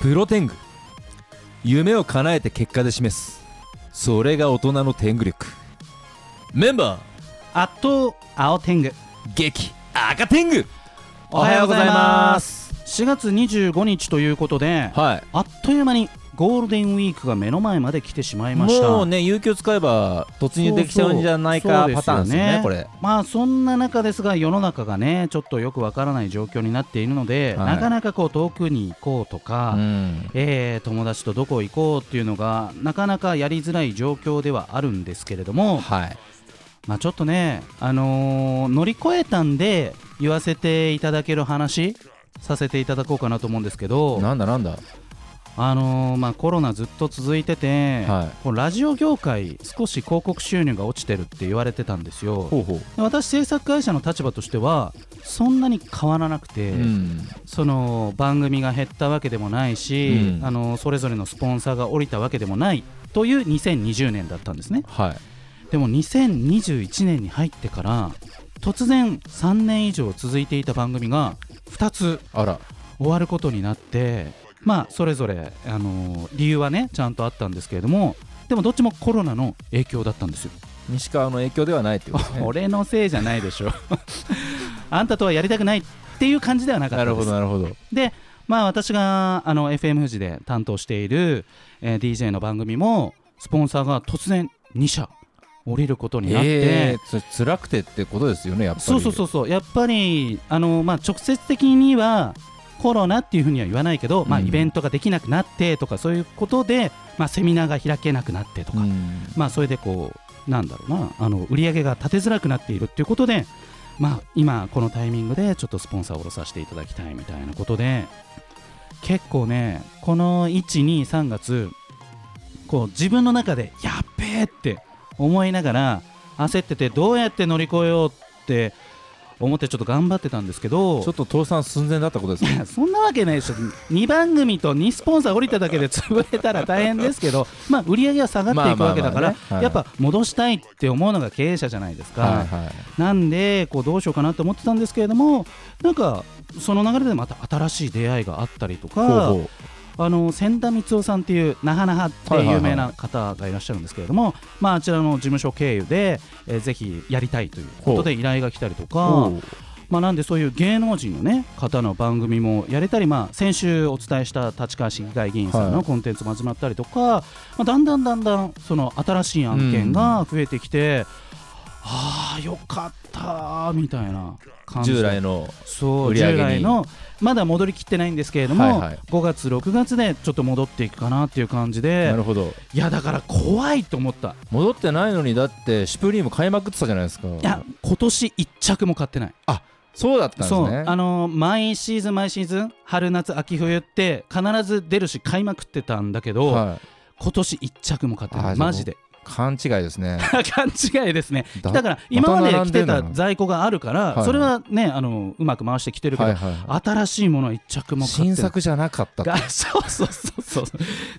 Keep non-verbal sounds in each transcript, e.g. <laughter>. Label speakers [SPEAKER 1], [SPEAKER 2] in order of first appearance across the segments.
[SPEAKER 1] プロテング夢を叶えて結果で示すそれが大人の天狗力メンバ
[SPEAKER 2] アット青天狗
[SPEAKER 1] ー激赤天狗お
[SPEAKER 2] お
[SPEAKER 1] は
[SPEAKER 2] は
[SPEAKER 1] よ
[SPEAKER 2] よ
[SPEAKER 1] う
[SPEAKER 2] う
[SPEAKER 1] ござ
[SPEAKER 2] ござ
[SPEAKER 1] い
[SPEAKER 2] い
[SPEAKER 1] ま
[SPEAKER 2] ます4月25日ということで
[SPEAKER 1] は
[SPEAKER 2] あっという間にゴールデンウィークが目の前まで来てしまい
[SPEAKER 1] い
[SPEAKER 2] ました
[SPEAKER 1] もうね有給使えば突入できちゃうんじゃない
[SPEAKER 2] そう
[SPEAKER 1] か
[SPEAKER 2] そう
[SPEAKER 1] パターンですよね
[SPEAKER 2] そ
[SPEAKER 1] こ
[SPEAKER 2] う
[SPEAKER 1] れ
[SPEAKER 2] まあそんな中ですが世の中がねちょっとよくわからない状況になっているので、
[SPEAKER 1] はい
[SPEAKER 2] なかなかこう遠くに行こうとか、
[SPEAKER 1] うん
[SPEAKER 2] えー友達とどこ行こうっていうのがなかなかやりづらい状況ではあるんですけれども、
[SPEAKER 1] はい
[SPEAKER 2] まあ、ちょっとね、あのー乗り越えたんで言わせていただける話させていただこうかなと思うんですけど、
[SPEAKER 1] なんだなんだ
[SPEAKER 2] あのーまあ、コロナずっと続いてて、
[SPEAKER 1] は
[SPEAKER 2] こうラジオ業界少し広告収入が落ちてるって言われてたんですよ。
[SPEAKER 1] ほうほう
[SPEAKER 2] で私制作会社の立場としてはそんなに変わらなくて、
[SPEAKER 1] うん
[SPEAKER 2] その番組が減ったわけでもないし、
[SPEAKER 1] うん
[SPEAKER 2] あのそれぞれのスポンサーが降りたわけでもないという2020年だったんですね
[SPEAKER 1] はい
[SPEAKER 2] でも2021年に入ってから突然3年以上続いていた番組が2つ
[SPEAKER 1] あら
[SPEAKER 2] 終わることになってまあそれぞれ、あの理由はねちゃんとあったんですけれどもでもどっちもコロナの影響だったんですよ
[SPEAKER 1] 西川の影響ではないってことですね
[SPEAKER 2] <laughs> 俺のせいじゃないでしょ <laughs> あんたとはやりたくないっていう感じでは <laughs> なかった
[SPEAKER 1] な
[SPEAKER 2] で
[SPEAKER 1] る
[SPEAKER 2] す
[SPEAKER 1] ほどなるほど
[SPEAKER 2] でまあ私があの FM 富士で担当している、えー DJ の番組もスポンサーが突然2社降りることになって、
[SPEAKER 1] えー、つ辛くてってことですよねやっぱり
[SPEAKER 2] そうそうそうそうやっぱりあの、まあ、直接的にはコロナっていうふうには言わないけど、まあ、
[SPEAKER 1] うん
[SPEAKER 2] イベントができなくなってとかそういうことで、まあ、セミナーが開けなくなってとか、
[SPEAKER 1] うん
[SPEAKER 2] まあ、それでこうなんだろうなあの売り上げが立てづらくなっているっていうことで、まあ、今このタイミングでちょっとスポンサーを下ろさせていただきたいみたいなことで結構ねこの123月こう自分の中でやっべえって思いながら焦っててどうやって乗り越えようって思ってちょっと頑張ってたんですけど
[SPEAKER 1] ちょっと倒産寸前だったことですね
[SPEAKER 2] いや <laughs> そんなわけないでしょ2番組と2スポンサー降りただけで潰れたら大変ですけど、 <laughs> まあ、売り上げは下がっていくわけだか
[SPEAKER 1] まあ
[SPEAKER 2] ら
[SPEAKER 1] まあまあねはい
[SPEAKER 2] やっぱ戻したいって思うのが経営者じゃないですか、
[SPEAKER 1] はいはい
[SPEAKER 2] なんでこうどうしようかなって思ってたんですけれどもなんかその流れでまた新しい出会いがあったりと
[SPEAKER 1] ほ
[SPEAKER 2] か
[SPEAKER 1] うほう
[SPEAKER 2] あの千田光夫さんっていうなはなはって
[SPEAKER 1] はいはいはい
[SPEAKER 2] 有名な方がいらっしゃるんですけれども、まあ、あちらの事務所経由で、えーぜひやりたいということで依頼が来たりとか
[SPEAKER 1] お。う
[SPEAKER 2] まあ、なんでそういう芸能人の、ね、方の番組もやれたり、まあ、先週お伝えした立川市議会議員さん
[SPEAKER 1] は
[SPEAKER 2] の
[SPEAKER 1] い
[SPEAKER 2] コンテンツも始まったりとか、まあ、だんだんだんだんその新しい案件が増えてきて、ああよかったーみたいな感じで
[SPEAKER 1] 従来の
[SPEAKER 2] そう
[SPEAKER 1] 売り上げ
[SPEAKER 2] 従
[SPEAKER 1] に
[SPEAKER 2] 来のまだ戻りきってないんですけれども、
[SPEAKER 1] はいはい
[SPEAKER 2] 5月6月でちょっと戻っていくかなっていう感じ
[SPEAKER 1] な
[SPEAKER 2] で
[SPEAKER 1] るほど
[SPEAKER 2] いやだから怖いと思った
[SPEAKER 1] 戻ってないのにだってシュプリーム買いまくってたじゃないですか
[SPEAKER 2] いや今年1着も買ってない。
[SPEAKER 1] そうだったんです
[SPEAKER 2] そう
[SPEAKER 1] ね
[SPEAKER 2] あのー毎シーズン毎シーズン春夏秋冬って必ず出るし買いまくってたんだけど、
[SPEAKER 1] はい、
[SPEAKER 2] 今年1着も買って
[SPEAKER 1] あ
[SPEAKER 2] な
[SPEAKER 1] ー
[SPEAKER 2] い
[SPEAKER 1] じゃあ
[SPEAKER 2] マジで <laughs>
[SPEAKER 1] 勘違いですね
[SPEAKER 2] 勘違いですね
[SPEAKER 1] だ
[SPEAKER 2] だから今まで来
[SPEAKER 1] また並んでん
[SPEAKER 2] てた
[SPEAKER 1] だな
[SPEAKER 2] 在庫があるから、
[SPEAKER 1] はい
[SPEAKER 2] それはねあのーうまく回してきてるけど、
[SPEAKER 1] はいは
[SPEAKER 2] 新しいものは1着
[SPEAKER 1] い
[SPEAKER 2] も買ってない
[SPEAKER 1] 新作じゃなかった
[SPEAKER 2] が <laughs> そうそうそうそう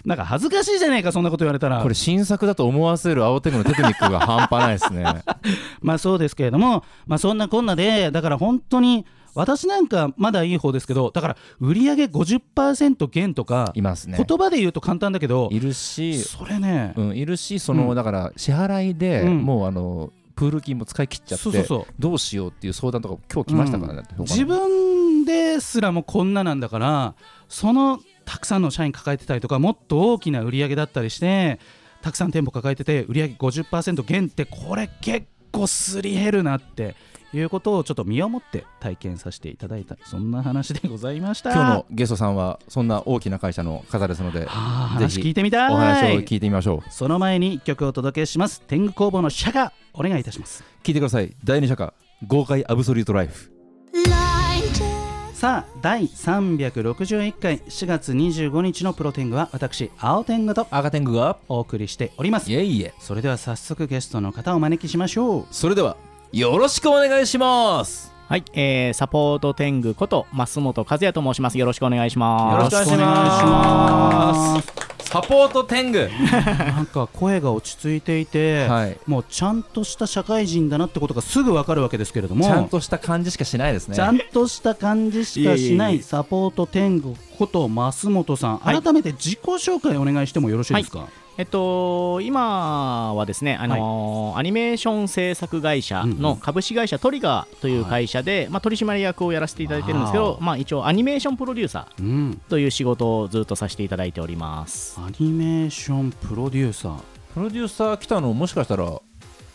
[SPEAKER 2] なんか恥ずかしいじゃないかそんなこと言われたら
[SPEAKER 1] これ新作だと思わせる青天狗のテクニックが半端ないですね
[SPEAKER 2] <laughs> まあそうですけれども、まあ、そんなこんなでだから本当に私なんかまだいい方ですけどだから売り上げ50%減とか
[SPEAKER 1] いますね
[SPEAKER 2] 言葉で言うと簡単だけど、
[SPEAKER 1] いるし、
[SPEAKER 2] それね、
[SPEAKER 1] うん、いるしその、
[SPEAKER 2] うん
[SPEAKER 1] だから支払いで、
[SPEAKER 2] うん
[SPEAKER 1] もうあのプール金も使い切っちゃって
[SPEAKER 2] そうそうそう
[SPEAKER 1] どうしようっていう相談とか今日来ましたからね、他の
[SPEAKER 2] 自分ですらもこんななんだからそのたくさんの社員抱えてたりとかもっと大きな売り上げだったりしてたくさん店舗抱えてて売り上げ50%減ってこれ結構すり減るなっていうことをちょっと身をもって体験させていただいたそんな話でございました
[SPEAKER 1] 今日のゲストさんはそんな大きな会社の方ですので
[SPEAKER 2] はあ
[SPEAKER 1] ぜ
[SPEAKER 2] 話
[SPEAKER 1] ひ
[SPEAKER 2] 聞いてみたい
[SPEAKER 1] お話を聞いてみましょう
[SPEAKER 2] その前に一曲お届けします天狗工房の社がお願いいたします
[SPEAKER 1] 聞いてください第二社歌豪快アブソリュートライフ
[SPEAKER 3] Light up.
[SPEAKER 2] さあ第361回4月25日のプロテングは私青天狗と
[SPEAKER 1] 赤天狗が
[SPEAKER 2] お送りしております
[SPEAKER 1] いえいえ
[SPEAKER 2] それでは早速ゲストの方をお招きしましょう
[SPEAKER 1] それではよろしくお願いします
[SPEAKER 4] はい、えー、サポート天狗こと増本和也と申します。よろしくお願いし
[SPEAKER 1] よ
[SPEAKER 4] ま
[SPEAKER 1] ろ
[SPEAKER 4] す。
[SPEAKER 1] しくお願いしま
[SPEAKER 2] よろ
[SPEAKER 1] すサポート天狗
[SPEAKER 2] なんか声が落ち着いていて、
[SPEAKER 1] はい
[SPEAKER 2] もうちゃんとした社会人だなってことがすぐわかるわけですけれど <laughs> も
[SPEAKER 1] ちゃんとした感じしかしないですね
[SPEAKER 2] ちゃんとした感じしかしない
[SPEAKER 4] えいえい
[SPEAKER 2] いサポート天狗こと増本さん、
[SPEAKER 4] はい
[SPEAKER 2] 改めて自己紹介お願いしてもよろしいですか、
[SPEAKER 4] えっと、今はですね、あのーアニメーション制作会社
[SPEAKER 2] うんう
[SPEAKER 4] の
[SPEAKER 2] ん
[SPEAKER 4] 株式会社トリガーという会社で、まあ、取締役をやらせていただいてるんですけ
[SPEAKER 2] わ
[SPEAKER 4] ど、まあ、一応アニメーションプロデューサ
[SPEAKER 2] うん、
[SPEAKER 4] ーという仕事をずっとさせていただいております。
[SPEAKER 2] アニメーションプロデューサー
[SPEAKER 1] プロデューサー来たのもしかしたら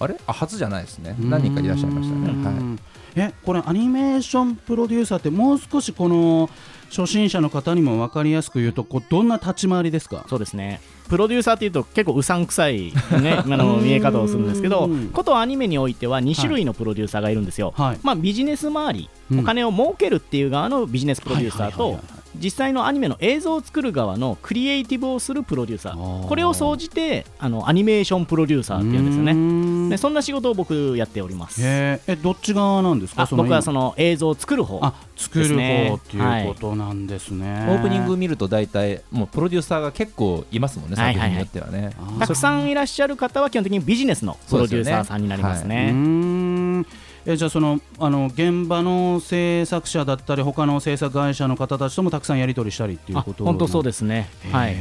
[SPEAKER 1] あれあ初じゃないですね何人かいらっしゃいました
[SPEAKER 2] う
[SPEAKER 1] ね、
[SPEAKER 2] ー
[SPEAKER 1] はい、
[SPEAKER 2] んえこれアニメーションプロデューサーってもう少しこの初心者の方にも分かりやすく言うとこうどんな立ち回りですか
[SPEAKER 4] そうですねプロデューサーっていうと結構うさんくさい、ね、あの見え方をするんですけど
[SPEAKER 2] うん
[SPEAKER 4] ことアニメにおいては2種類のプロデューサーがいるんですよ、
[SPEAKER 2] はい
[SPEAKER 4] まあ、ビジネス周り、
[SPEAKER 2] うん
[SPEAKER 4] お金を儲けるっていう側のビジネスプロデューサー
[SPEAKER 2] はい
[SPEAKER 4] と
[SPEAKER 2] はいはいはい
[SPEAKER 4] 実際のアニメの映像を作る側のクリエイティブをするプロデューサ
[SPEAKER 2] あ
[SPEAKER 4] ー
[SPEAKER 2] ー
[SPEAKER 4] これを総じてあのアニメーションプロデューサーっていうんですよ
[SPEAKER 2] う
[SPEAKER 4] ね
[SPEAKER 2] ーん
[SPEAKER 4] でそんな仕事を僕やっております
[SPEAKER 2] へーえどっち側なんですか
[SPEAKER 4] あ
[SPEAKER 2] その
[SPEAKER 4] 僕はそ
[SPEAKER 2] の
[SPEAKER 4] の映像を作る方
[SPEAKER 2] あ作る
[SPEAKER 4] です
[SPEAKER 2] 方
[SPEAKER 4] ね
[SPEAKER 2] っていうことなんですね、
[SPEAKER 1] オープニング見ると大体もうプロデューサーが結構いますもんね
[SPEAKER 4] は
[SPEAKER 1] 作
[SPEAKER 4] いはいは
[SPEAKER 1] 品に
[SPEAKER 4] い
[SPEAKER 1] よってはね、
[SPEAKER 2] あー
[SPEAKER 4] たくさんいらっしゃる方は基本的にビジネスのプロデューサーさんになります
[SPEAKER 2] うー
[SPEAKER 4] ね
[SPEAKER 2] んえじゃあそのあの現場の制作者だったり他の制作会社の方たちともたくさんやり取りしたりっていう
[SPEAKER 4] あ
[SPEAKER 2] こと
[SPEAKER 4] 本当そう
[SPEAKER 2] で
[SPEAKER 4] ですね
[SPEAKER 2] す
[SPEAKER 4] はい
[SPEAKER 2] っ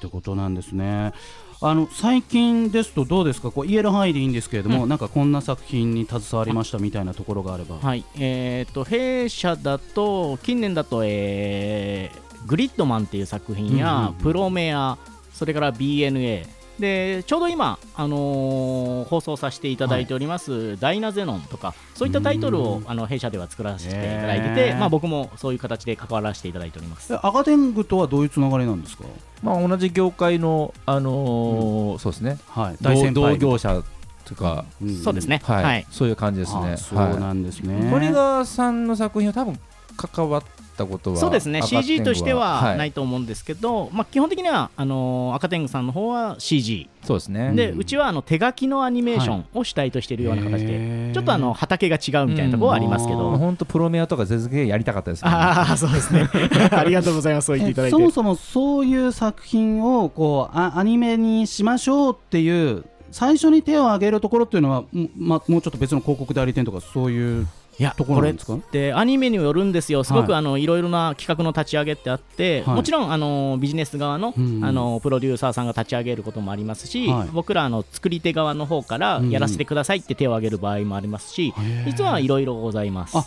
[SPEAKER 2] てことなんですねあの最近ですとどうですかこう言える範囲でいいんですけれども、なんかこんな作品に携わりましたみたいなところがあれば、
[SPEAKER 4] はい、えっ、と弊社だと近年だと、えーグリッドマンっていう作品や、
[SPEAKER 2] うんうんうん
[SPEAKER 4] プロメアそれから BNA でちょうど今、あのー放送させていただいております、ダイナゼノンとかそういったタイトル
[SPEAKER 2] う
[SPEAKER 4] を
[SPEAKER 2] ん
[SPEAKER 4] あの弊社では作らせていただいてて、
[SPEAKER 2] へー
[SPEAKER 4] まあ、僕もそういう形で関わらせていただいております
[SPEAKER 2] えアガテングとはどういうつながりなんですか
[SPEAKER 1] まあ、同じ業界の、あのーそうですね
[SPEAKER 2] はい
[SPEAKER 1] 同
[SPEAKER 2] 大先輩
[SPEAKER 1] 同業者とか、
[SPEAKER 2] ん
[SPEAKER 4] そうですね
[SPEAKER 1] はい
[SPEAKER 4] はい
[SPEAKER 1] そういう感じです
[SPEAKER 2] あ
[SPEAKER 1] ね
[SPEAKER 2] そうなんですね、
[SPEAKER 1] トリガーさんの作品は多分関わったことは
[SPEAKER 4] そうですね
[SPEAKER 1] 赤天狗
[SPEAKER 4] CG としてはいないと思うんですけど、まあ、基本的にはあのー赤天狗さんの方は CG
[SPEAKER 1] そうですね
[SPEAKER 4] で、
[SPEAKER 2] う
[SPEAKER 4] うんちはあの手書きのアニメーションを主体としているような形で、
[SPEAKER 2] へー
[SPEAKER 4] ちょっとあの畑が違うみたいなところはありますけど、
[SPEAKER 1] もう本当プロメアとか全然やりたかったですけどね
[SPEAKER 4] ああそうで
[SPEAKER 2] <laughs>
[SPEAKER 4] すねありがとうございますそう言っていただ
[SPEAKER 2] え
[SPEAKER 4] い
[SPEAKER 2] そも
[SPEAKER 4] て
[SPEAKER 2] そもそういう作品をこうあアニメにしましょうっていう最初に手を挙げるところっていうのはも,、ま、もうちょっと別の広告代理店とかそういう
[SPEAKER 4] いや
[SPEAKER 2] ところなんですか
[SPEAKER 4] でアニメによるんですよすごく
[SPEAKER 2] はい
[SPEAKER 4] あのいろいろな企画の立ち上げってあって、
[SPEAKER 2] はい
[SPEAKER 4] もちろんあのビジネス側の,、
[SPEAKER 2] うん
[SPEAKER 4] あのプロデューサーさんが立ち上げることもありますし、
[SPEAKER 2] はい
[SPEAKER 4] 僕らあの作り手側の方からやらせてくださいって手を挙げる場合もありますし、
[SPEAKER 2] へー
[SPEAKER 4] 実はいろいろございます。
[SPEAKER 2] あ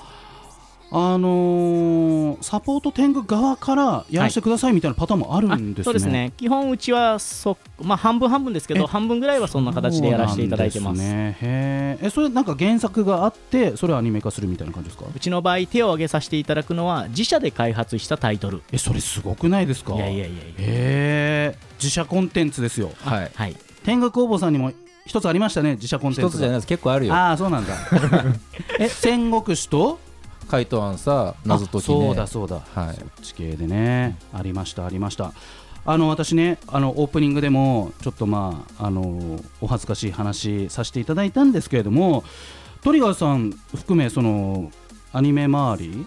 [SPEAKER 2] あのーサポート天狗側からやらせてくださいみたいなパターンもある
[SPEAKER 4] あ
[SPEAKER 2] んですね、
[SPEAKER 4] そうですね基本うちはそ、まあ、半分半分ですけ
[SPEAKER 2] え
[SPEAKER 4] ど半分ぐらいはそんな形でやらせていただいてます
[SPEAKER 2] そううなんですねへーえそれなんか原作があってそれをアニメ化するみたいな感じですか
[SPEAKER 4] ちの場合手を挙げさせていただくのは自社で開発したタイトル
[SPEAKER 2] えそれすごくないですか
[SPEAKER 4] いやいやいやいや
[SPEAKER 2] へー自社コンテンツですよ
[SPEAKER 1] はい
[SPEAKER 4] はい
[SPEAKER 2] 天狗工房さんにも一つありましたね自社コンテンツが
[SPEAKER 1] 一つじゃないです結構あるよ
[SPEAKER 2] ああそうなん
[SPEAKER 4] <laughs>
[SPEAKER 2] だえ戦国史と
[SPEAKER 1] 回答案さ謎解きね
[SPEAKER 2] あそうだそうだ、
[SPEAKER 1] はい
[SPEAKER 2] そっち系でねありましたありましたあの私ねあのオープニングでもちょっとまああのお恥ずかしい話させていただいたんですけれどもトリガーさん含めそのアニメ周り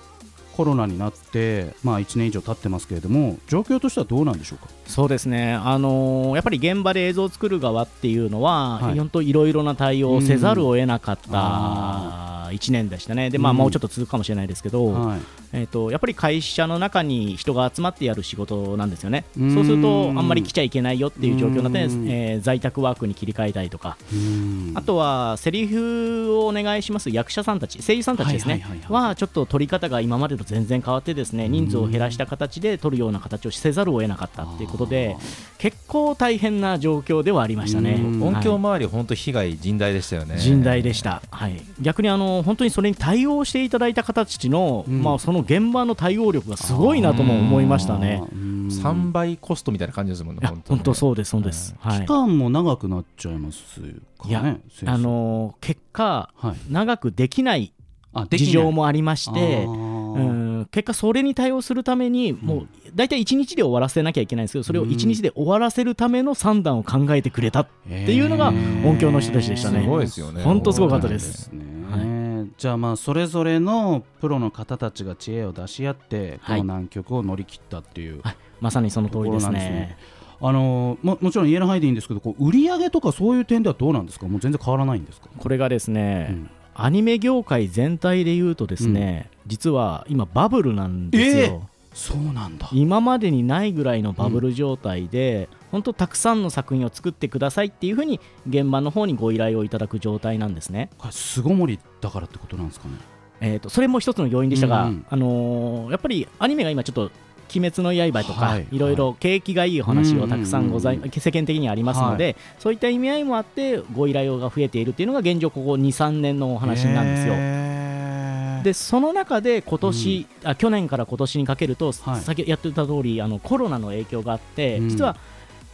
[SPEAKER 2] コロナになってまあ1年以上経ってますけれども状況としてはどうなんでしょうか
[SPEAKER 4] そうですね、あのーやっぱり現場で映像を作る側っていうのは、
[SPEAKER 2] はい
[SPEAKER 4] 本当いろいろな対応をせざるを得なかっ
[SPEAKER 2] うんあ
[SPEAKER 4] た1年でしたね、でまあ、
[SPEAKER 2] うん
[SPEAKER 4] もうちょっと続くかもしれないですけど、
[SPEAKER 2] はい
[SPEAKER 4] えー、とやっぱり会社の中に人が集まってやる仕事なんですよね、
[SPEAKER 2] うん
[SPEAKER 4] そうすると、あんまり来ちゃいけないよっていう状況になって、
[SPEAKER 2] うん
[SPEAKER 4] えー在宅ワークに切り替えたりとか、
[SPEAKER 2] うん
[SPEAKER 4] あとはセリフをお願いします役者さんたち、声優さんたちです
[SPEAKER 2] はい
[SPEAKER 4] ね
[SPEAKER 2] はいはい、はい
[SPEAKER 4] はちょっと取り方が今までと全然変わって、ですね人数を減らした形で取るような形をせざるを得なかったっていうことで
[SPEAKER 2] あ、
[SPEAKER 4] 結構大変な状況ではありましたね。
[SPEAKER 2] うん
[SPEAKER 1] 音響
[SPEAKER 4] も
[SPEAKER 1] 周り本当被害甚大でしたよね
[SPEAKER 4] 甚大でした、はい、逆にあの本当にそれに対応していただいた方たちの、
[SPEAKER 2] うん
[SPEAKER 4] まあ、その現場の対応力がすごいなとも思いましたね。
[SPEAKER 2] うん
[SPEAKER 1] 3倍コストみたいな感じですもんね
[SPEAKER 4] いや
[SPEAKER 1] 本当
[SPEAKER 4] 本当
[SPEAKER 1] う
[SPEAKER 4] そうです、そうです。はい
[SPEAKER 2] 期間も長くなっちゃいますか
[SPEAKER 4] いや
[SPEAKER 2] ね。先生
[SPEAKER 4] あ、の結果、
[SPEAKER 2] はい、
[SPEAKER 4] 長くできない
[SPEAKER 2] あできない
[SPEAKER 4] 事情もありまして
[SPEAKER 2] あ、ー
[SPEAKER 4] うん結果、それに対応するために、もう大体1日で終わらせなきゃいけないんですけど、それを1日で終わらせるための算段を考えてくれたっていうのが
[SPEAKER 2] へー
[SPEAKER 4] 音響の人たちでした
[SPEAKER 1] す
[SPEAKER 4] ね。
[SPEAKER 1] ごいですよね
[SPEAKER 4] ほんとすごかったで
[SPEAKER 2] そ
[SPEAKER 4] す
[SPEAKER 2] うなんですねじゃあまあそれぞれのプロの方たちが知恵を出し合ってこ
[SPEAKER 4] は
[SPEAKER 2] の
[SPEAKER 4] い
[SPEAKER 2] 難局を乗り切ったっていう、
[SPEAKER 4] はいまさにその通りで
[SPEAKER 2] ところ
[SPEAKER 4] す
[SPEAKER 2] なんです
[SPEAKER 4] ね
[SPEAKER 2] ね。あのももちろん言える範囲でいいんですけどこう売り上げとかそういう点ではどうなんですかもう全然変わらないんですか、
[SPEAKER 4] これがですね、
[SPEAKER 2] うん
[SPEAKER 4] アニメ業界全体で言うとですね、実は今バブルなんですよ、
[SPEAKER 2] そうなんだ
[SPEAKER 4] 今までにないぐらいのバブル状態で、本当たくさんの作品を作ってくださいっていうふうに現場の方にご依頼をいただく状態なんですね、
[SPEAKER 2] これ巣ごもりだからってことなんですかね
[SPEAKER 4] えー、とそれも一つの要因でしたが、
[SPEAKER 2] うんうん
[SPEAKER 4] あのーやっぱりアニメが今ちょっと「鬼滅の刃」とか、
[SPEAKER 2] はい
[SPEAKER 4] い、ろいろ景気がいいお話をたくさんござい、
[SPEAKER 2] うんうんうん
[SPEAKER 4] 世間的にありますので、そういった意味合いもあってご依頼が増えているっていうのが現状ここ23年のお話なんですよ。
[SPEAKER 2] へー
[SPEAKER 4] でその中で今年、あ去年から今年にかけると、
[SPEAKER 2] はい
[SPEAKER 4] 先やってた通りあのコロナの影響があって、
[SPEAKER 2] うん
[SPEAKER 4] 実は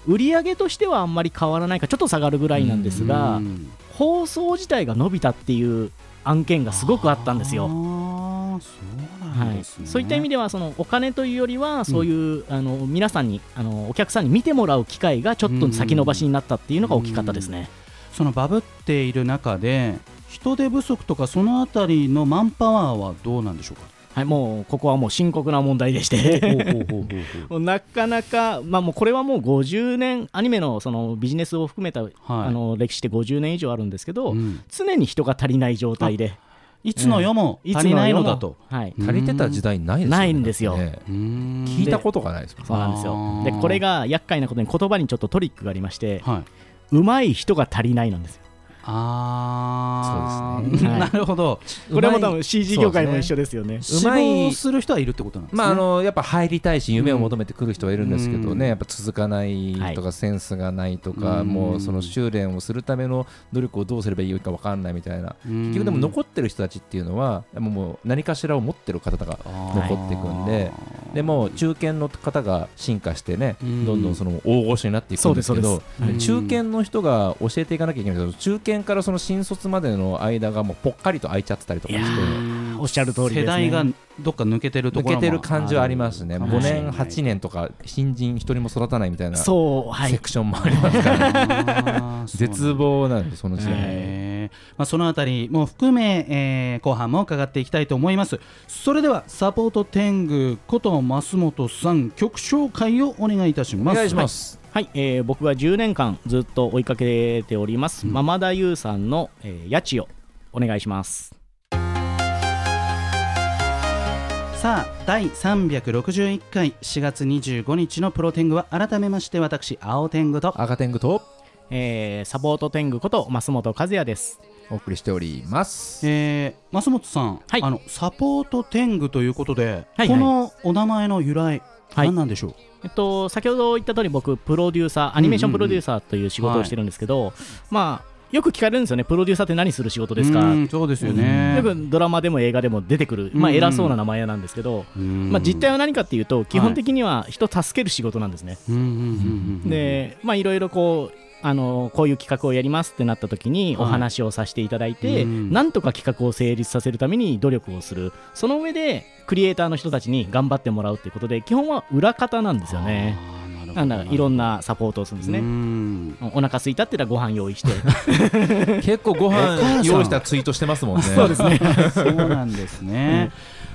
[SPEAKER 4] 売り上げとしてはあんまり変わらないかちょっと下がるぐらいなんですが、
[SPEAKER 2] うん
[SPEAKER 4] 放送自体が伸びたっていう案件がすごくあったんです
[SPEAKER 2] あー
[SPEAKER 4] よ。
[SPEAKER 2] そうな
[SPEAKER 4] は
[SPEAKER 2] ん
[SPEAKER 4] い
[SPEAKER 2] ですね、
[SPEAKER 4] そういった意味ではそのお金というよりはそういう、あの皆さんにあのお客さんに見てもらう機会がちょっと先延ばしになったっていうのが大きかったですね。
[SPEAKER 2] そのバブっている中で人手不足とかそのあたりのマンパワーはどうなんでしょうか
[SPEAKER 4] はい、もうここはもう深刻な問題
[SPEAKER 2] <laughs>
[SPEAKER 4] でして
[SPEAKER 2] ほうほうほうほうほ
[SPEAKER 4] もうなかなか、まあ、もうこれはもう50年アニメのそのビジネスを含めた、
[SPEAKER 2] うはい
[SPEAKER 4] あの歴史って50年以上あるんですけど、
[SPEAKER 2] うん
[SPEAKER 4] 常に人が足りない状態で
[SPEAKER 2] いつの世も足りないのだと、、
[SPEAKER 4] いつの世もはい、
[SPEAKER 1] 足りてた時代ないですよね
[SPEAKER 4] ないんですよ
[SPEAKER 1] だってね
[SPEAKER 2] うん
[SPEAKER 1] 聞いたことがないですもん
[SPEAKER 4] そうなんです
[SPEAKER 2] あ
[SPEAKER 4] よ
[SPEAKER 2] ー
[SPEAKER 4] でこれが厄介なことに言葉にちょっとトリックがありまして
[SPEAKER 2] はい、
[SPEAKER 4] うまい人が足りないなんですよ
[SPEAKER 2] ああ
[SPEAKER 1] そうです
[SPEAKER 4] ねはい
[SPEAKER 2] なるほど
[SPEAKER 4] これはもう
[SPEAKER 1] うま
[SPEAKER 4] 多
[SPEAKER 1] い
[SPEAKER 4] 分 CG 業界も一緒ですよね
[SPEAKER 1] すね
[SPEAKER 2] 死
[SPEAKER 1] うまい
[SPEAKER 2] 亡する人はいるってことなんですね、
[SPEAKER 1] まああのやっぱ入りたいし夢を求めてくる人はいるんですけど
[SPEAKER 2] うん
[SPEAKER 1] ね、やっぱ続かないとかセンスがないとか、
[SPEAKER 2] うん
[SPEAKER 1] もうその修練をするための努力をどうすればいいか分かんないみたいな
[SPEAKER 2] 結
[SPEAKER 1] 結局でも残ってる人たちっていうのはもうもう何かしらを持ってる方が残っていくんででもう中堅の方が進化してね
[SPEAKER 2] うん
[SPEAKER 1] どんどんその大御所になっていくんですけ
[SPEAKER 4] そう
[SPEAKER 1] ど
[SPEAKER 4] です
[SPEAKER 2] そうです
[SPEAKER 1] 中堅の人が教えていかなきゃいけないけど中堅からその新卒までの間がもうぽっかりと空いちゃってたりとかし
[SPEAKER 4] いや
[SPEAKER 1] て。
[SPEAKER 4] ーおっしゃる通りです、ね、
[SPEAKER 2] 世代がどっか抜けてると
[SPEAKER 1] 抜
[SPEAKER 2] ころ
[SPEAKER 1] け
[SPEAKER 2] も
[SPEAKER 1] てる感じはありますね、
[SPEAKER 2] ある
[SPEAKER 1] 5
[SPEAKER 2] かもしれ
[SPEAKER 1] 年、
[SPEAKER 2] ない
[SPEAKER 1] 8年とか、新人一人も育たないみたいなセ
[SPEAKER 4] そうはい
[SPEAKER 1] クションもありますから、
[SPEAKER 2] <laughs> あーそうなんだ
[SPEAKER 1] 絶望なんです、その時代。
[SPEAKER 2] えーまあ、そのあたりも含め、えー後半も伺っていきたいと思いますそれではサポート天狗こと増本さん曲紹介をお願いいたし
[SPEAKER 1] お
[SPEAKER 2] ます
[SPEAKER 1] 願いします。
[SPEAKER 4] はい、えー僕は10年間ずっと追いかけております、
[SPEAKER 2] うん
[SPEAKER 4] ママダユウさんの「えー、八千代」お願いします
[SPEAKER 2] さあ第361回4月25日のプロ天狗は改めまして私青天狗と
[SPEAKER 1] 赤天狗と
[SPEAKER 4] えーサポート天狗こと増本和也です。
[SPEAKER 1] お送りしております。
[SPEAKER 2] えー、増本さん、
[SPEAKER 4] はい
[SPEAKER 2] あのサポート天狗ということで、
[SPEAKER 4] はい
[SPEAKER 2] このお名前の由来、
[SPEAKER 4] はい
[SPEAKER 2] 何なんでしょう
[SPEAKER 4] えっと、先ほど言った通り僕プロデューサーアニメーションプロデューサーという仕事をしてるんですけど、まあよく聞かれるんですよねプロデューサーって何する仕事ですか、
[SPEAKER 2] うんそうですよね
[SPEAKER 4] よくドラマでも映画でも出てくる、まあ、
[SPEAKER 2] うんうん
[SPEAKER 4] 偉そうな名前なんですけど、ま
[SPEAKER 2] ま
[SPEAKER 4] あ、実態は何かっていうと基本的には人を助ける仕事なんですね。でまあいろいろこうあのこういう企画をやりますってなった時に
[SPEAKER 2] は
[SPEAKER 4] お
[SPEAKER 2] い
[SPEAKER 4] 話をさせていただいて、
[SPEAKER 2] うん
[SPEAKER 4] なんとか企画を成立させるために努力をするその上でクリエイターの人たちに頑張ってもらうっていうことで基本は裏方なんですよねなんだいろんなサポートをするんですね、
[SPEAKER 2] ね
[SPEAKER 4] お腹空いたって言ったらご飯用意して
[SPEAKER 1] 結構ご
[SPEAKER 2] お母さ
[SPEAKER 1] 飯
[SPEAKER 2] ん
[SPEAKER 1] 用意したツイートしてますもんね。
[SPEAKER 4] すね
[SPEAKER 2] <laughs> そうなんです
[SPEAKER 4] <laughs>
[SPEAKER 2] ね、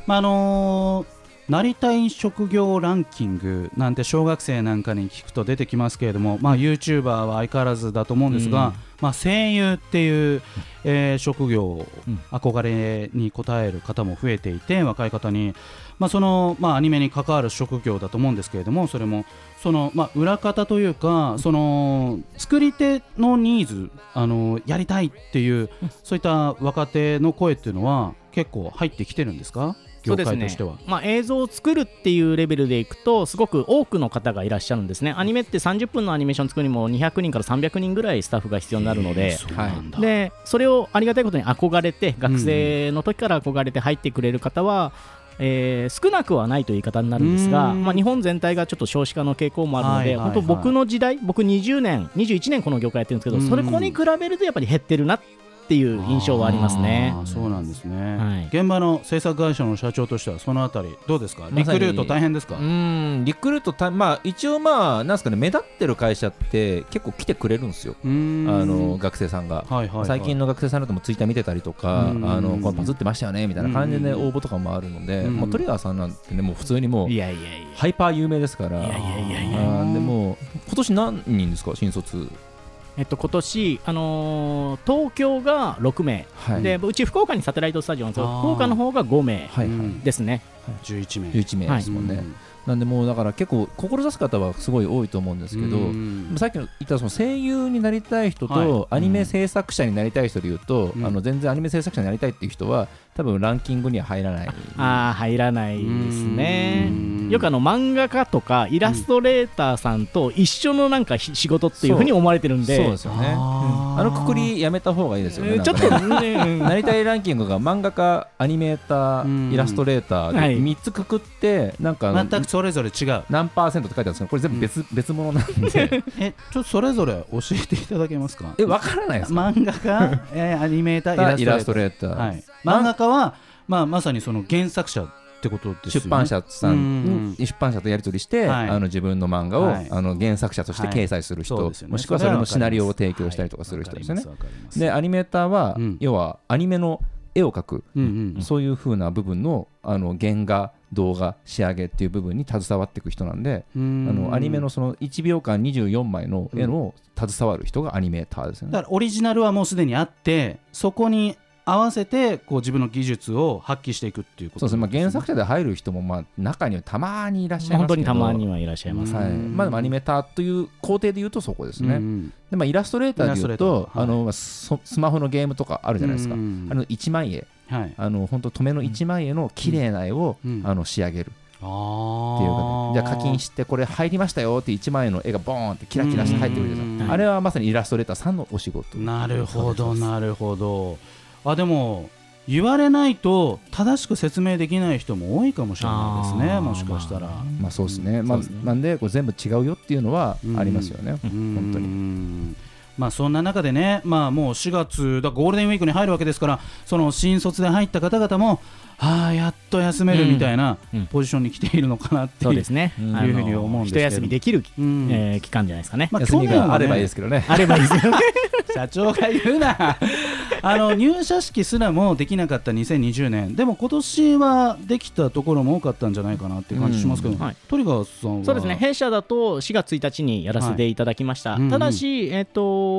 [SPEAKER 2] まああのーなりたい職業ランキングなんて小学生なんかに聞くと出てきますけれども、まあ、YouTuber は相変わらずだと思うんですが、
[SPEAKER 1] うん
[SPEAKER 2] まあ、声優っていう、えー職業を
[SPEAKER 1] うん
[SPEAKER 2] 憧れに応える方も増えていて若い方に、まあそのまあ、アニメに関わる職業だと思うんですけれどもそれもその、まあ、裏方というかその作り手のニーズあのやりたいっていうそういった若手の声っていうのは結構入ってきてるんですか
[SPEAKER 4] そ
[SPEAKER 2] <laughs> 業
[SPEAKER 4] うです
[SPEAKER 2] 界
[SPEAKER 4] ね
[SPEAKER 2] としては。
[SPEAKER 4] まあ、映像を作るっていうレベルでいくとすごく多くの方がいらっしゃるんですねアニメって30分のアニメーション作るにも200人から300人ぐらいスタッフが必要になるので、
[SPEAKER 2] そうなんだ
[SPEAKER 4] でそれをありがたいことに憧れて学生の時から憧れて入ってくれる方は、えー少なくはないという言い方になるんですが、
[SPEAKER 2] うん
[SPEAKER 4] まあ、日本全体がちょっと少子化の傾向もあるので、
[SPEAKER 2] はいはいはい
[SPEAKER 4] 本当僕の時代僕20年21年この業界やってるんですけど、
[SPEAKER 2] うん
[SPEAKER 4] それこに比べるとやっぱり減ってるなっっていう印象はありますね。
[SPEAKER 2] あーそうなんですね、
[SPEAKER 4] はい
[SPEAKER 2] 現場の制作会社の社長としてはそのあたりどうですか
[SPEAKER 1] ま
[SPEAKER 2] リ
[SPEAKER 1] さに
[SPEAKER 2] クルート大変ですか、
[SPEAKER 1] うんリクルートたまあ一応まあなんすかね目立ってる会社って結構来てくれるんですよ
[SPEAKER 2] うーん
[SPEAKER 1] あの学生さんが。
[SPEAKER 2] はいはいはい、
[SPEAKER 1] 最近の学生さんだともツイッター見てたりとか、
[SPEAKER 2] うん
[SPEAKER 1] あのこうバズってましたよねみたいな感じで
[SPEAKER 2] うん
[SPEAKER 1] 応募とかもあるので、
[SPEAKER 2] うん
[SPEAKER 1] もうトリガーさんなんてねもう普通にもう
[SPEAKER 4] いやいやいや。
[SPEAKER 1] ハイパー有名ですから、
[SPEAKER 4] いやいやいやい
[SPEAKER 1] あ
[SPEAKER 4] や。
[SPEAKER 1] ーでも今年何人ですか新卒、
[SPEAKER 4] えっと今年あのー東京が6名、
[SPEAKER 1] はい
[SPEAKER 4] でうち福岡にサテライトスタジオなんですけ
[SPEAKER 2] あー
[SPEAKER 4] ど、福岡の方が5名
[SPEAKER 1] はいは
[SPEAKER 2] う
[SPEAKER 1] い
[SPEAKER 2] ん
[SPEAKER 4] ですね。
[SPEAKER 2] 11名
[SPEAKER 1] 11名ですもんね、なんでもうだから結構志す方はすごい多いと思うんですけど、
[SPEAKER 2] うん
[SPEAKER 1] さっきの言ったその声優になりたい人と、
[SPEAKER 2] はい
[SPEAKER 1] アニメ制作者になりたい人で言うと、
[SPEAKER 2] うん
[SPEAKER 1] あの全然アニメ制作者になりたいっていう人は多分ランキングには入らない
[SPEAKER 4] ああ入らないですね
[SPEAKER 2] う。ん
[SPEAKER 4] よくあの漫画家とかイラストレーターさんと一緒のなんかひ仕事っていうふうに思われてるんで、
[SPEAKER 1] そうですよね
[SPEAKER 2] あー
[SPEAKER 1] あのくくりやめた方がいいですよね
[SPEAKER 4] えー
[SPEAKER 1] なん
[SPEAKER 4] ち
[SPEAKER 1] か
[SPEAKER 4] ょっ
[SPEAKER 1] ね
[SPEAKER 4] とね、うん
[SPEAKER 1] なりたいランキングが漫画家アニメータ
[SPEAKER 2] うん
[SPEAKER 1] ーイラストレーターで
[SPEAKER 4] はい
[SPEAKER 1] 3つくくってなんかあの
[SPEAKER 2] 全くそれぞれ違う
[SPEAKER 1] 何パーセントって書いてあるんですけどこれ全部別,、別物なん
[SPEAKER 2] <laughs>
[SPEAKER 1] で
[SPEAKER 2] えちょっとそれぞれ教えていただけますか
[SPEAKER 1] え分からないですか
[SPEAKER 2] <laughs> 漫画
[SPEAKER 1] <laughs>
[SPEAKER 2] 家、えーアニメーター
[SPEAKER 1] イ
[SPEAKER 2] イラ
[SPEAKER 1] ラ
[SPEAKER 2] ス
[SPEAKER 1] ス
[SPEAKER 2] ト
[SPEAKER 1] ト
[SPEAKER 2] レ
[SPEAKER 1] レ
[SPEAKER 2] ー
[SPEAKER 1] ータ
[SPEAKER 2] ター
[SPEAKER 1] ー、
[SPEAKER 2] はい、漫画家は、まあ、まさにその原作者ってことですよね
[SPEAKER 1] 出版社さ
[SPEAKER 2] うん
[SPEAKER 1] ん出版社とやり取りして、
[SPEAKER 2] はい
[SPEAKER 1] あの自分の漫画を、
[SPEAKER 2] はい
[SPEAKER 1] あの原作者として掲載する人、
[SPEAKER 2] そうですよね
[SPEAKER 1] もしくはそれのシナリオを提供したりとかする人ですよね。
[SPEAKER 2] わかりますわかります
[SPEAKER 1] でアニメーターは、
[SPEAKER 2] うん
[SPEAKER 1] 要はアニメの絵を描く、
[SPEAKER 2] うんうんうん
[SPEAKER 1] そういう風な部分のあの原画動画仕上げっていう部分に携わっていく人なんで、
[SPEAKER 2] うん
[SPEAKER 1] あのアニメのその1秒間24枚の絵の携わる人がアニメーターですよね。
[SPEAKER 2] だからオリジナルはもうすでにあってそこに合わせてこう自分の技術を発揮していくっていうこ
[SPEAKER 1] そ
[SPEAKER 2] と
[SPEAKER 1] うですねまあ、原作者で入る人もまあ中にはたまにいらっしゃいますけど
[SPEAKER 4] 本当にたまにはいらっしゃいます。
[SPEAKER 1] はいまあ、でもアニメーターという工程で言うとそこですね、
[SPEAKER 2] うんうん
[SPEAKER 1] でまあ、イラストレーターで言う
[SPEAKER 2] イラ
[SPEAKER 1] と
[SPEAKER 2] ストレーター
[SPEAKER 1] あの、まあそスマホのゲームとかあるじゃないですか、
[SPEAKER 2] うん
[SPEAKER 1] あの1万円
[SPEAKER 2] はい
[SPEAKER 1] あの本当止めの1万円の綺麗な絵を、
[SPEAKER 2] うん
[SPEAKER 1] あの仕上げるっていう
[SPEAKER 2] あ
[SPEAKER 1] か
[SPEAKER 2] ー
[SPEAKER 1] じゃあ課金してこれ入りましたよって1万円の絵がボーンってキラキラして入ってくるじゃないですか、
[SPEAKER 2] うん
[SPEAKER 1] あれはまさにイラストレーターさんのお仕事
[SPEAKER 2] なるほどなるほどあでも言われないと正しく説明できない人も多いかもしれないですね
[SPEAKER 4] あー
[SPEAKER 2] もしかしたら、
[SPEAKER 4] まあ
[SPEAKER 1] まあそうですね,、まあ
[SPEAKER 4] そうですね
[SPEAKER 1] なんでこう全部違うよっていうのはありますよね、本当に
[SPEAKER 2] にまあそんな中でね、まあ、もう4月だゴールデンウィークに入るわけですからその新卒で入った方々もああやっと休めるみたいな
[SPEAKER 4] うんうん
[SPEAKER 2] ポジションに来ているのかなって
[SPEAKER 4] そう
[SPEAKER 2] い
[SPEAKER 4] で
[SPEAKER 2] う
[SPEAKER 4] すね。
[SPEAKER 1] うん
[SPEAKER 4] あの
[SPEAKER 2] いうふうに思うんですけれ
[SPEAKER 4] 一
[SPEAKER 2] ど
[SPEAKER 4] 休みできる、
[SPEAKER 2] うん
[SPEAKER 4] えー期間じゃないですかね。
[SPEAKER 2] まあ
[SPEAKER 1] 休み
[SPEAKER 2] 去年はね
[SPEAKER 1] があればいいですけどね
[SPEAKER 4] あればいいですよね。
[SPEAKER 2] 社長が言う
[SPEAKER 4] <laughs>
[SPEAKER 2] なあの入社式すらもできなかった2020年でも今年はできたところも多かったんじゃないかなっていう感じしますけど、
[SPEAKER 4] うんはい
[SPEAKER 2] トリガーさんは
[SPEAKER 4] <laughs> そうですね。弊社だと4月1日にやらせていただきました。
[SPEAKER 2] はいうんうん
[SPEAKER 4] ただし、えっ、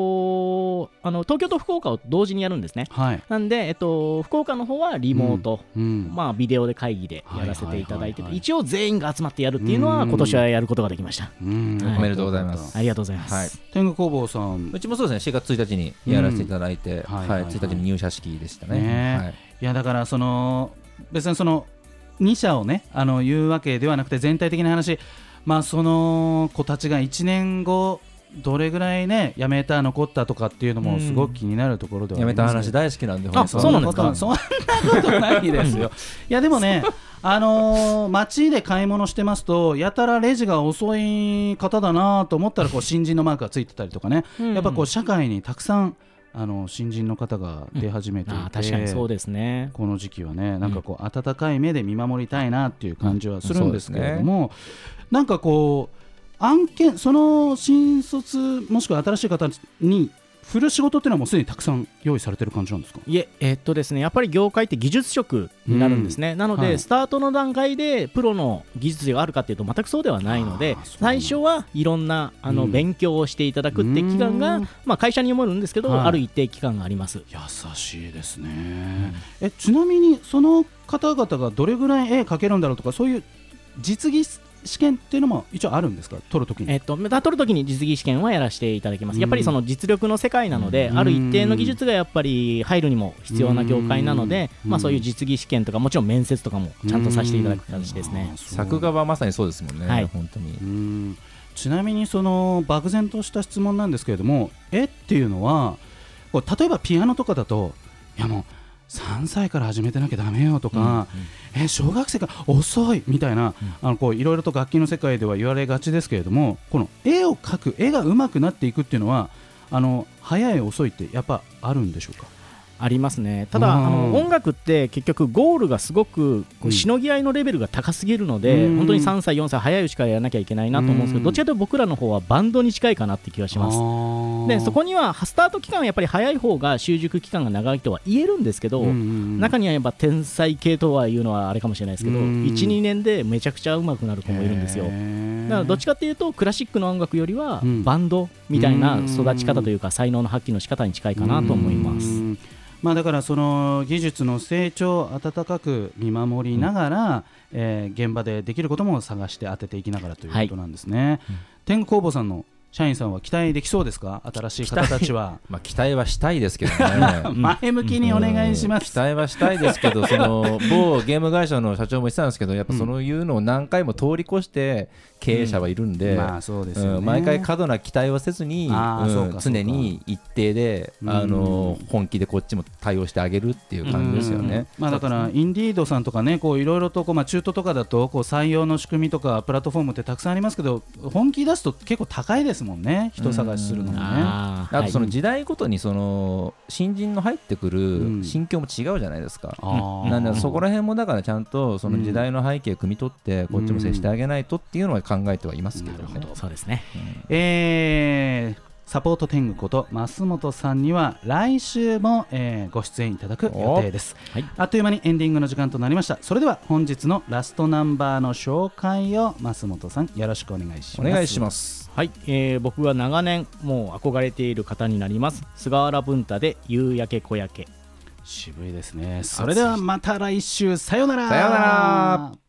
[SPEAKER 4] とあの東京と福岡を同時にやるんですね。
[SPEAKER 2] はい、
[SPEAKER 4] なんで、えっと、福岡の方はリモート、
[SPEAKER 2] うん
[SPEAKER 4] まあ、ビデオで会議でやらせていた
[SPEAKER 2] は
[SPEAKER 4] だいてて、
[SPEAKER 2] いはいはいはい
[SPEAKER 4] 一応全員が集まってやるっていうのは、
[SPEAKER 2] うん
[SPEAKER 4] 今年はやることができました。
[SPEAKER 2] うん
[SPEAKER 4] はい
[SPEAKER 1] おめでとうございます
[SPEAKER 4] ありがとうございます。
[SPEAKER 1] はい
[SPEAKER 2] 天狗工房さん
[SPEAKER 1] うちもそうですね4月1日にやらせていただいて、
[SPEAKER 2] んは
[SPEAKER 1] はいい
[SPEAKER 2] はいはい
[SPEAKER 1] 1日に入社式でしたね
[SPEAKER 2] ねえ
[SPEAKER 1] はい
[SPEAKER 2] いやだからその別にその2社をねあの言うわけではなくて全体的な話まあその子たちが1年後どれぐらいね辞めた残ったとかっていうのもすごく気になるところではあ
[SPEAKER 1] や
[SPEAKER 2] り
[SPEAKER 1] めた
[SPEAKER 2] ます
[SPEAKER 1] 話
[SPEAKER 2] だ
[SPEAKER 1] 大好きなんで、
[SPEAKER 4] あそうなんですか
[SPEAKER 1] 本当に
[SPEAKER 2] そんなことないですよいやでもねあのー街で買い物してますとやたらレジが遅い方だなと思ったらこう新人のマークがついてたりとかね、やっぱこう社会にたくさんあの新人の方が出始めていて、
[SPEAKER 4] あー確かにそうですね。
[SPEAKER 2] この時期はね、なんかこう、温かい目で見守りたいなっていう感じはするんですけれども、なんかこう、案件、その新卒、もしくは新しい方に振る仕事っていうのは、もうすでにたくさん用意されてる感じなんですか
[SPEAKER 4] いえ、えっとですね、やっぱり業界って技術職になるんですね、なので、
[SPEAKER 2] はい
[SPEAKER 4] スタートの段階でプロの技術があるかっていうと、全くそうではないので
[SPEAKER 2] あー、そうなんだ
[SPEAKER 4] 最初はいろんなあの、
[SPEAKER 2] うん
[SPEAKER 4] 勉強をしていただくって期間が、
[SPEAKER 2] うん
[SPEAKER 4] まあ、会社にもよるんですけど、
[SPEAKER 2] はい
[SPEAKER 4] ある一定期間があります。
[SPEAKER 2] 優しいですね、えちなみに、その方々がどれぐらい絵描けるんだろうとか、そういう実技試験っていうのも一応あるんですか、取るときに。
[SPEAKER 4] えっと、メダ取るときに実技試験はやらせていただきます。やっぱりその実力の世界なので、
[SPEAKER 2] うん
[SPEAKER 4] ある一定の技術がやっぱり入るにも必要な業界なので、
[SPEAKER 2] うん
[SPEAKER 4] まあ、そういう実技試験とか、もちろん面接とかもちゃんとさせていただく形ですね
[SPEAKER 2] あ。そう
[SPEAKER 1] 作画はまさにそうですもんね、
[SPEAKER 4] はい
[SPEAKER 1] 本当に
[SPEAKER 2] うーんちなみにその漠然とした質問なんですけれども絵っていうのはこう例えばピアノとかだといやもう3歳から始めてなきゃだめよとか、え小学生から遅いみたいな、あのこういろいろと楽器の世界では言われがちですけれどもこの絵を描く絵が上手くなっていくっていうのはあの早い遅いってやっぱあるんでしょうか
[SPEAKER 4] ありますねただ、
[SPEAKER 2] うん
[SPEAKER 4] あの音楽って結局ゴールがすごくこ
[SPEAKER 2] うん
[SPEAKER 4] うしのぎ合いのレベルが高すぎるので、
[SPEAKER 2] うん
[SPEAKER 4] 本当に3歳4歳早いうちからやらなきゃいけないなと思うんですけど、
[SPEAKER 2] うん
[SPEAKER 4] どっちかというと僕らの方はバンドに近いかなって気がします
[SPEAKER 2] す
[SPEAKER 4] でそこにはスタート期間はやっぱり早い方が習熟期間が長いとは言えるんですけど、中
[SPEAKER 2] に
[SPEAKER 4] にはやっぱ天才系とはいうのはあれかもしれないですけど、
[SPEAKER 2] うん
[SPEAKER 4] 12年でめちゃくちゃ上手くなる子もいるんですよだからどっちかっていうとクラシックの音楽よりは
[SPEAKER 2] うん
[SPEAKER 4] バンドみたいな
[SPEAKER 2] うん
[SPEAKER 4] 育ち方というか才能の発揮の仕方に近いかなと思います。
[SPEAKER 2] うんまあ、だからその技術の成長を温かく見守りながら、えー現場でできることも探して当てていきながらということなんですね、
[SPEAKER 1] いうん
[SPEAKER 2] 天狗工房さんの社員さんは期待できそうですか新しい方た
[SPEAKER 1] <laughs>
[SPEAKER 2] ちは
[SPEAKER 1] まあ、期待はしたいです
[SPEAKER 2] <laughs>
[SPEAKER 1] けどね
[SPEAKER 2] 前向きにお願いしま
[SPEAKER 1] うん期
[SPEAKER 2] す、
[SPEAKER 1] 待はしたいですけ
[SPEAKER 2] <laughs>
[SPEAKER 1] どその某ゲーム会社の社長も言ってたんですけどやっぱそのいうのを何回も通り越して経営者はいるんで、
[SPEAKER 2] まあそうですよね、
[SPEAKER 1] うん、毎回過度な期待はせずに、
[SPEAKER 2] あーそううか
[SPEAKER 1] ん
[SPEAKER 2] そうか
[SPEAKER 1] 常に一定で、
[SPEAKER 2] うん
[SPEAKER 1] あの本気でこっちも対応してあげるっていう感じですよね。
[SPEAKER 2] まあ、だから、インディードさんとかね、こういろいろとこう、まあ、中途とかだと、こう採用の仕組みとか、プラットフォームってたくさんありますけど、本気出すと結構高いですもんね、人探しするのもね。
[SPEAKER 4] あー
[SPEAKER 1] あとその時代ごとにその新人の入ってく
[SPEAKER 2] うん
[SPEAKER 1] る心境も違うじゃないですか。
[SPEAKER 2] あー
[SPEAKER 1] なんでそこら辺もだからちゃんとその時代の背景汲み取ってこっちも接してあげないとっていうのは考えてはいますけど
[SPEAKER 4] はい
[SPEAKER 1] ね。
[SPEAKER 4] そうですね。
[SPEAKER 2] えーサポート天狗こと増本さんには来週も、えーご出演いただく予定です、
[SPEAKER 4] おはい
[SPEAKER 2] あっという間にエンディングの時間となりましたそれでは本日のラストナンバーの紹介を増本さんよろしくお願いし
[SPEAKER 1] お
[SPEAKER 2] ます
[SPEAKER 1] 願いしますす。
[SPEAKER 4] はい、えー僕が長年もう憧れている方になります。菅原文太で夕焼け小焼け。
[SPEAKER 2] 渋いですねそれではまた来週さようなら
[SPEAKER 1] さようなら